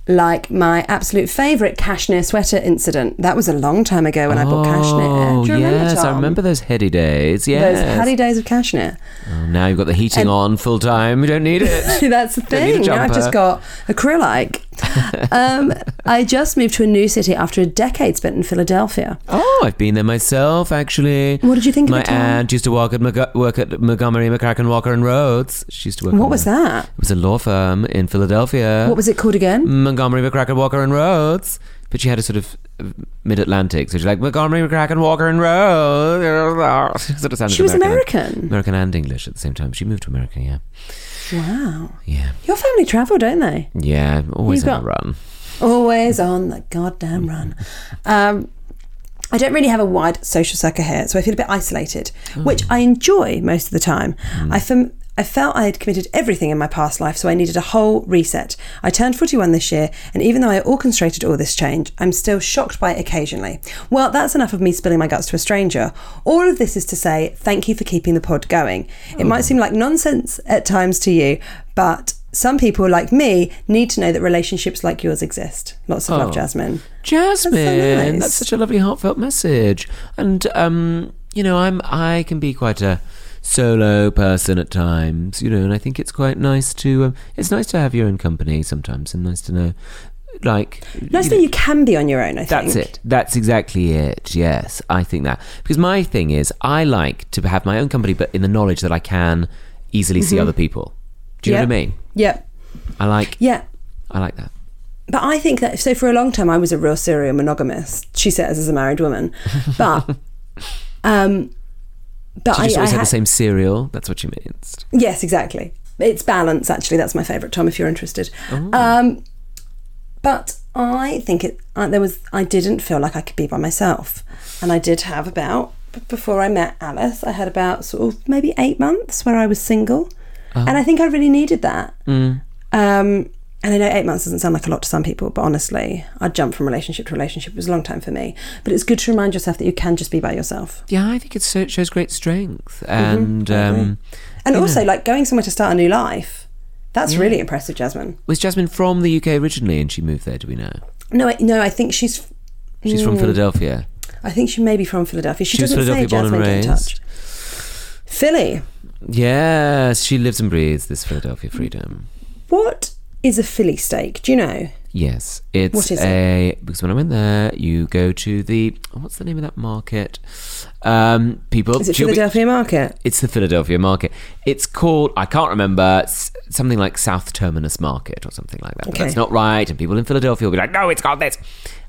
Speaker 1: like my absolute favourite cashmere sweater incident. That was a long time ago when I bought cashmere.
Speaker 2: Oh,
Speaker 1: Do you remember,
Speaker 2: yes, I
Speaker 1: Tom?
Speaker 2: remember those heady days.
Speaker 1: Those
Speaker 2: Yes.
Speaker 1: Hattie days of cashmere.
Speaker 2: Oh, now you've got the heating on full time. You don't need
Speaker 1: [laughs]
Speaker 2: it.
Speaker 1: That's the
Speaker 2: Don't need a
Speaker 1: thing. Now I've
Speaker 2: jumper.
Speaker 1: just got
Speaker 2: [laughs]
Speaker 1: acrylic. um, I just moved to a new city after a decade spent in Philadelphia.
Speaker 2: oh, I've been there myself, actually.
Speaker 1: What did you think of
Speaker 2: My
Speaker 1: it, Tom?
Speaker 2: aunt used to work at, Mog- work at Montgomery, McCracken, Walker and Rhodes. She used to work.
Speaker 1: What
Speaker 2: on
Speaker 1: was
Speaker 2: the-
Speaker 1: that?
Speaker 2: It was a law firm in Philadelphia.
Speaker 1: What was it called
Speaker 2: Mm,
Speaker 1: again?
Speaker 2: Montgomery, McCracken, Walker and Rhodes. But she had a sort of uh, mid-Atlantic, so she's like Montgomery, McCracken, Walker and Rhodes. [laughs] sort of sounded
Speaker 1: She was American.
Speaker 2: American and English at the same time. She moved to America, yeah,
Speaker 1: Wow.
Speaker 2: yeah,
Speaker 1: Your family travel, don't they?
Speaker 2: yeah. Always
Speaker 1: You
Speaker 2: on a
Speaker 1: got-
Speaker 2: run.
Speaker 1: Always on the goddamn run. Um, I don't really have a wide social circle here, so I feel a bit isolated,
Speaker 2: Mm.
Speaker 1: which I enjoy most of the time. I, fem- I felt I had committed everything in my past life, so I needed a whole reset. I turned 41 this year, and even though I orchestrated all this change, I'm still shocked by it occasionally. Well, that's enough of me spilling my guts to a stranger. All of this is to say, thank you for keeping the pod going. It
Speaker 2: Oh.
Speaker 1: might seem like nonsense at times to you, but some people like me need to know that relationships like yours exist. Lots of
Speaker 2: Oh.
Speaker 1: love, Jasmine.
Speaker 2: Jasmine, that's,
Speaker 1: nice.
Speaker 2: such a lovely heartfelt message. And um, you know, I'm I can be quite a solo person at times, you know, and I think it's quite nice to um, it's nice to have your own company sometimes and nice to know like
Speaker 1: Nice that you can be on your own, I think.
Speaker 2: that's it. That's exactly it. Yes, I think that. Because my thing is, I like to have my own company, but in the knowledge that I can easily see other people. Do you
Speaker 1: Yep.
Speaker 2: know what I mean?
Speaker 1: Yep.
Speaker 2: I like.
Speaker 1: Yeah.
Speaker 2: I like that.
Speaker 1: But I think that, so for a long time, I was a real serial monogamist. She says as a married woman. But, [laughs] um, but
Speaker 2: She
Speaker 1: I,
Speaker 2: just
Speaker 1: I
Speaker 2: always had
Speaker 1: ha-
Speaker 2: the same cereal. That's what she means.
Speaker 1: Yes, exactly. It's balance, actually. That's my favourite, Tom, if you're interested. Um, but I think it, I, there was, I didn't feel like I could be by myself. And I did have about, b- before I met Alice, I had about sort of maybe eight months where I was single. And I think I really needed that. Um, and I know eight months doesn't sound like a lot to some people, but honestly, I jumped from relationship to relationship. It was a long time for me. But it's good to remind yourself that you can just be by yourself.
Speaker 2: Yeah, I think it so- shows great strength.
Speaker 1: Mm-hmm.
Speaker 2: And um,
Speaker 1: And also, like going somewhere to start a new life, that's really impressive, Jasmine.
Speaker 2: was Jasmine from the UK originally, and she moved there? Do we know?
Speaker 1: No, I, no, I think she's.
Speaker 2: She's from Philadelphia.
Speaker 1: I think she may be from Philadelphia. Mm. She,
Speaker 2: She was
Speaker 1: doesn't say
Speaker 2: Philadelphia
Speaker 1: Jasmine
Speaker 2: born
Speaker 1: get in
Speaker 2: and
Speaker 1: touch. Philly.
Speaker 2: Yes, she lives and breathes this Philadelphia
Speaker 1: Mm.
Speaker 2: freedom.
Speaker 1: What is a Philly steak? Do you know?
Speaker 2: Yes, it's
Speaker 1: What is it?
Speaker 2: a because when I went there, you go to the oh, what's the name of that market? Um, people,
Speaker 1: Is it
Speaker 2: you'll be-
Speaker 1: Philadelphia Market?
Speaker 2: it's the Philadelphia market. It's called I can't remember s- something like South Terminus Market or something like that. But
Speaker 1: Okay.
Speaker 2: that's not right, and people in Philadelphia will be like, no, it's called this.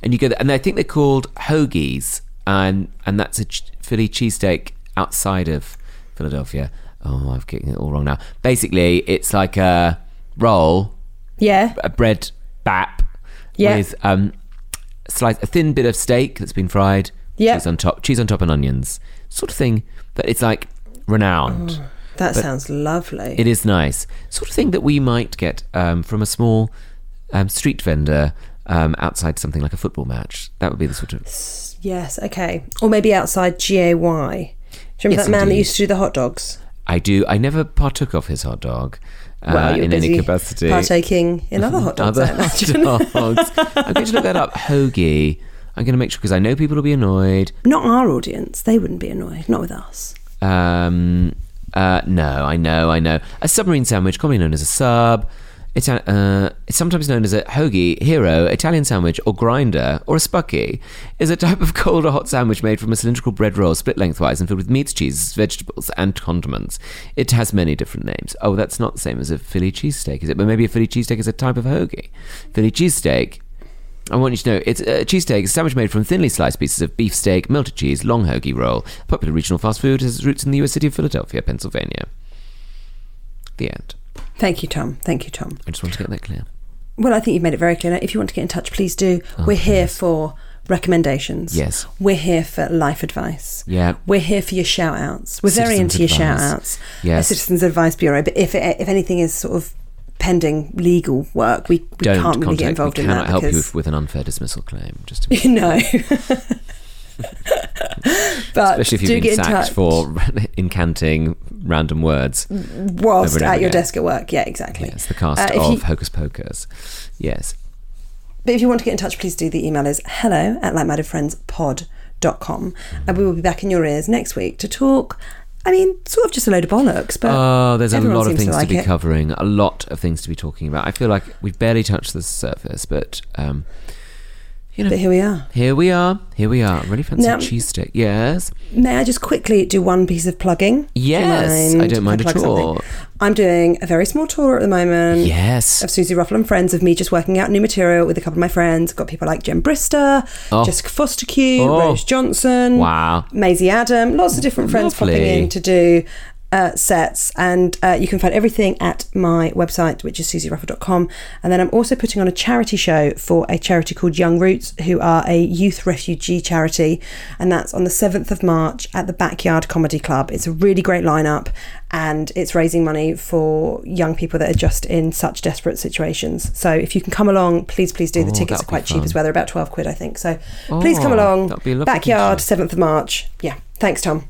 Speaker 2: And you go, there, and I think they're called hoagies, and and that's a ch- Philly cheesesteak outside of Philadelphia. Oh, I'm getting it all wrong now. Basically, it's like a roll
Speaker 1: Yeah.
Speaker 2: a bread bap
Speaker 1: Yeah.
Speaker 2: with um, slice a thin bit of steak that's been fried,
Speaker 1: Yeah.
Speaker 2: cheese on top, cheese on top and onions, sort of thing. That it's like renowned.
Speaker 1: Mm. That sounds lovely.
Speaker 2: It is nice, sort of thing that we might get um, from a small um, street vendor um, outside something like a football match. That would be the sort of
Speaker 1: yes. Okay. Or maybe outside GAY. Do you remember
Speaker 2: Yes,
Speaker 1: that man that
Speaker 2: indeed.
Speaker 1: used to do the hot dogs?
Speaker 2: I do. I never partook of his hot dog uh,
Speaker 1: Well, you're
Speaker 2: in
Speaker 1: busy
Speaker 2: any capacity.
Speaker 1: Partaking in other hot dogs.
Speaker 2: Other
Speaker 1: I
Speaker 2: hot [laughs]
Speaker 1: imagine.
Speaker 2: dogs. I'm going to look that up. Hoagie. I'm going to make sure because I know people will be annoyed.
Speaker 1: Not our audience. They wouldn't be annoyed. Not with us.
Speaker 2: Um, uh, no, I know, I know. A submarine sandwich, commonly known as a sub. It's, a- uh, it's sometimes known as a hoagie, hero, Italian sandwich, or grinder, or a spucky, is a type of cold or hot sandwich made from a cylindrical bread roll split lengthwise and filled with meats, cheeses, vegetables, and condiments. It has many different names. Oh, that's not the same as a Philly cheesesteak, is it? But maybe a Philly cheesesteak is a type of hoagie. Philly cheesesteak I want you to know it's a cheesesteak, a sandwich made from thinly sliced pieces of beef steak, melted cheese, long hoagie roll. Popular regional fast food has its roots in the U.S. city of Philadelphia, Pennsylvania. The end.
Speaker 1: Thank you, Tom. Thank you, Tom.
Speaker 2: I just want to get that clear.
Speaker 1: Well, I think you've made it very clear. Now, if you want to get in touch, please do. We're here for recommendations.
Speaker 2: Oh, Yes.
Speaker 1: We're here for life advice.
Speaker 2: Yeah.
Speaker 1: We're here for your shout outs. We're very
Speaker 2: Citizens'
Speaker 1: into your
Speaker 2: advice.
Speaker 1: shout outs.
Speaker 2: Yes.
Speaker 1: Citizens Advice Bureau. But if, if anything is sort of pending legal work, we, we
Speaker 2: Don't
Speaker 1: can't really
Speaker 2: contact.
Speaker 1: get involved
Speaker 2: we
Speaker 1: in
Speaker 2: cannot
Speaker 1: that.
Speaker 2: help you
Speaker 1: because
Speaker 2: with, with an unfair dismissal claim.
Speaker 1: [laughs]
Speaker 2: Just to be,
Speaker 1: no. but
Speaker 2: [laughs] especially if
Speaker 1: do
Speaker 2: you've
Speaker 1: get
Speaker 2: been
Speaker 1: in
Speaker 2: sacked
Speaker 1: touch
Speaker 2: for [laughs] incanting random words.
Speaker 1: whilst
Speaker 2: over and
Speaker 1: at
Speaker 2: over
Speaker 1: your
Speaker 2: again.
Speaker 1: desk at work. Yeah, exactly.
Speaker 2: Yes, the cast
Speaker 1: Uh, if
Speaker 2: of
Speaker 1: you-
Speaker 2: Hocus Pocus. Yes.
Speaker 1: But if you want to get in touch, please do. The email is hello at lightmindedfriendspod.com. And we will be back in your ears next week to talk, I mean, sort of just a load of bollocks, [laughs] but.
Speaker 2: Oh, there's a
Speaker 1: everyone
Speaker 2: lot of
Speaker 1: seems
Speaker 2: things to,
Speaker 1: like
Speaker 2: be
Speaker 1: it.
Speaker 2: covering. A lot of things to be talking about. I feel like we've barely touched the surface, but um, you know,
Speaker 1: But here we are.
Speaker 2: Here we are. Here we are. Really fancy
Speaker 1: Now-
Speaker 2: cheese stick. Yes.
Speaker 1: May I just quickly do one piece of plugging? Do you
Speaker 2: Yes, I don't
Speaker 1: Can I
Speaker 2: mind at
Speaker 1: plug something?
Speaker 2: all.
Speaker 1: I'm doing a very small tour at the moment.
Speaker 2: Yes.
Speaker 1: Of Susie Ruffle and friends, of me just working out new material with a couple of my friends. I've got people like Jen Brister,
Speaker 2: Oh.
Speaker 1: Jessica Foster Q,
Speaker 2: Oh.
Speaker 1: Rose Johnson,
Speaker 2: Wow.
Speaker 1: Maisie Adam, lots of different friends popping
Speaker 2: Lovely.
Speaker 1: in to do uh, sets. And uh, you can find everything at my website, which is susieruffle.com. And then I'm also putting on a charity show for a charity called Young Roots, who are a youth refugee charity. And that's on the 7th of March at the Backyard Comedy Club. It's a really great lineup and it's raising money for young people that are just in such desperate situations. So if you can come along, please, please do. the
Speaker 2: Oh,
Speaker 1: tickets are
Speaker 2: that'd be
Speaker 1: quite cheap
Speaker 2: fun.
Speaker 1: as well. They're about 12 quid, I think. So please come
Speaker 2: Oh,
Speaker 1: along.
Speaker 2: that'd be a lovely
Speaker 1: Backyard,
Speaker 2: feature.
Speaker 1: 7th of March. Yeah. Thanks, Tom.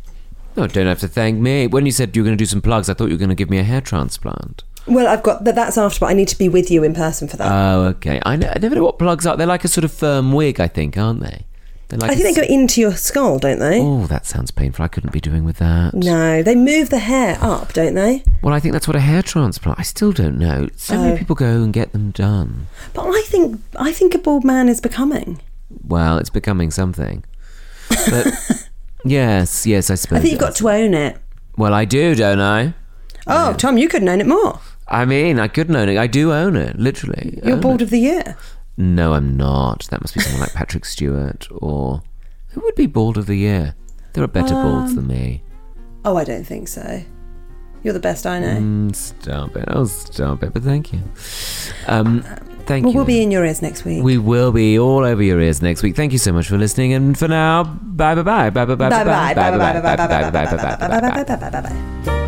Speaker 2: No, don't have to thank me. When you said you were going to do some plugs, I thought you were going to give me a hair transplant.
Speaker 1: Well, I've got that. That's after, but I need to be with you in person for that.
Speaker 2: Oh, okay. I, ne- I never know what plugs are. They're like a sort of firm wig, I think, aren't they? They're like
Speaker 1: I think
Speaker 2: a
Speaker 1: they go
Speaker 2: s-
Speaker 1: into your skull, don't they?
Speaker 2: Oh, that sounds painful. I couldn't be doing with that.
Speaker 1: No, they move the hair up, don't they?
Speaker 2: Well, I think that's what a hair transplant. I still don't know. So many
Speaker 1: Oh.
Speaker 2: people go and get them done.
Speaker 1: But I think I think a bald man is becoming.
Speaker 2: Well, it's becoming something.
Speaker 1: [laughs]
Speaker 2: But yes, yes, I suppose.
Speaker 1: I think you've got
Speaker 2: yes.
Speaker 1: to own it.
Speaker 2: Well, I do, don't I?
Speaker 1: Oh, Tom, you couldn't own it more.
Speaker 2: I mean, I couldn't own it. I do own it, literally.
Speaker 1: You're
Speaker 2: Own it.
Speaker 1: bald of the year.
Speaker 2: No, I'm not. That must be someone like Patrick Stewart or who would be bald of the year? There are better balds than me.
Speaker 1: Oh, I don't think so. You're the best I know.
Speaker 2: Mm, stop it! Oh, stop it! But thank you. Um, thank
Speaker 1: Uh, well,
Speaker 2: you.
Speaker 1: we'll be in your ears next week.
Speaker 2: we will be all over your ears next week. Thank you so much for listening, and for now, bye bye bye bye bye bye
Speaker 1: bye bye.
Speaker 2: bye bye bye bye bye bye bye bye bye bye bye bye bye bye.
Speaker 1: bye bye.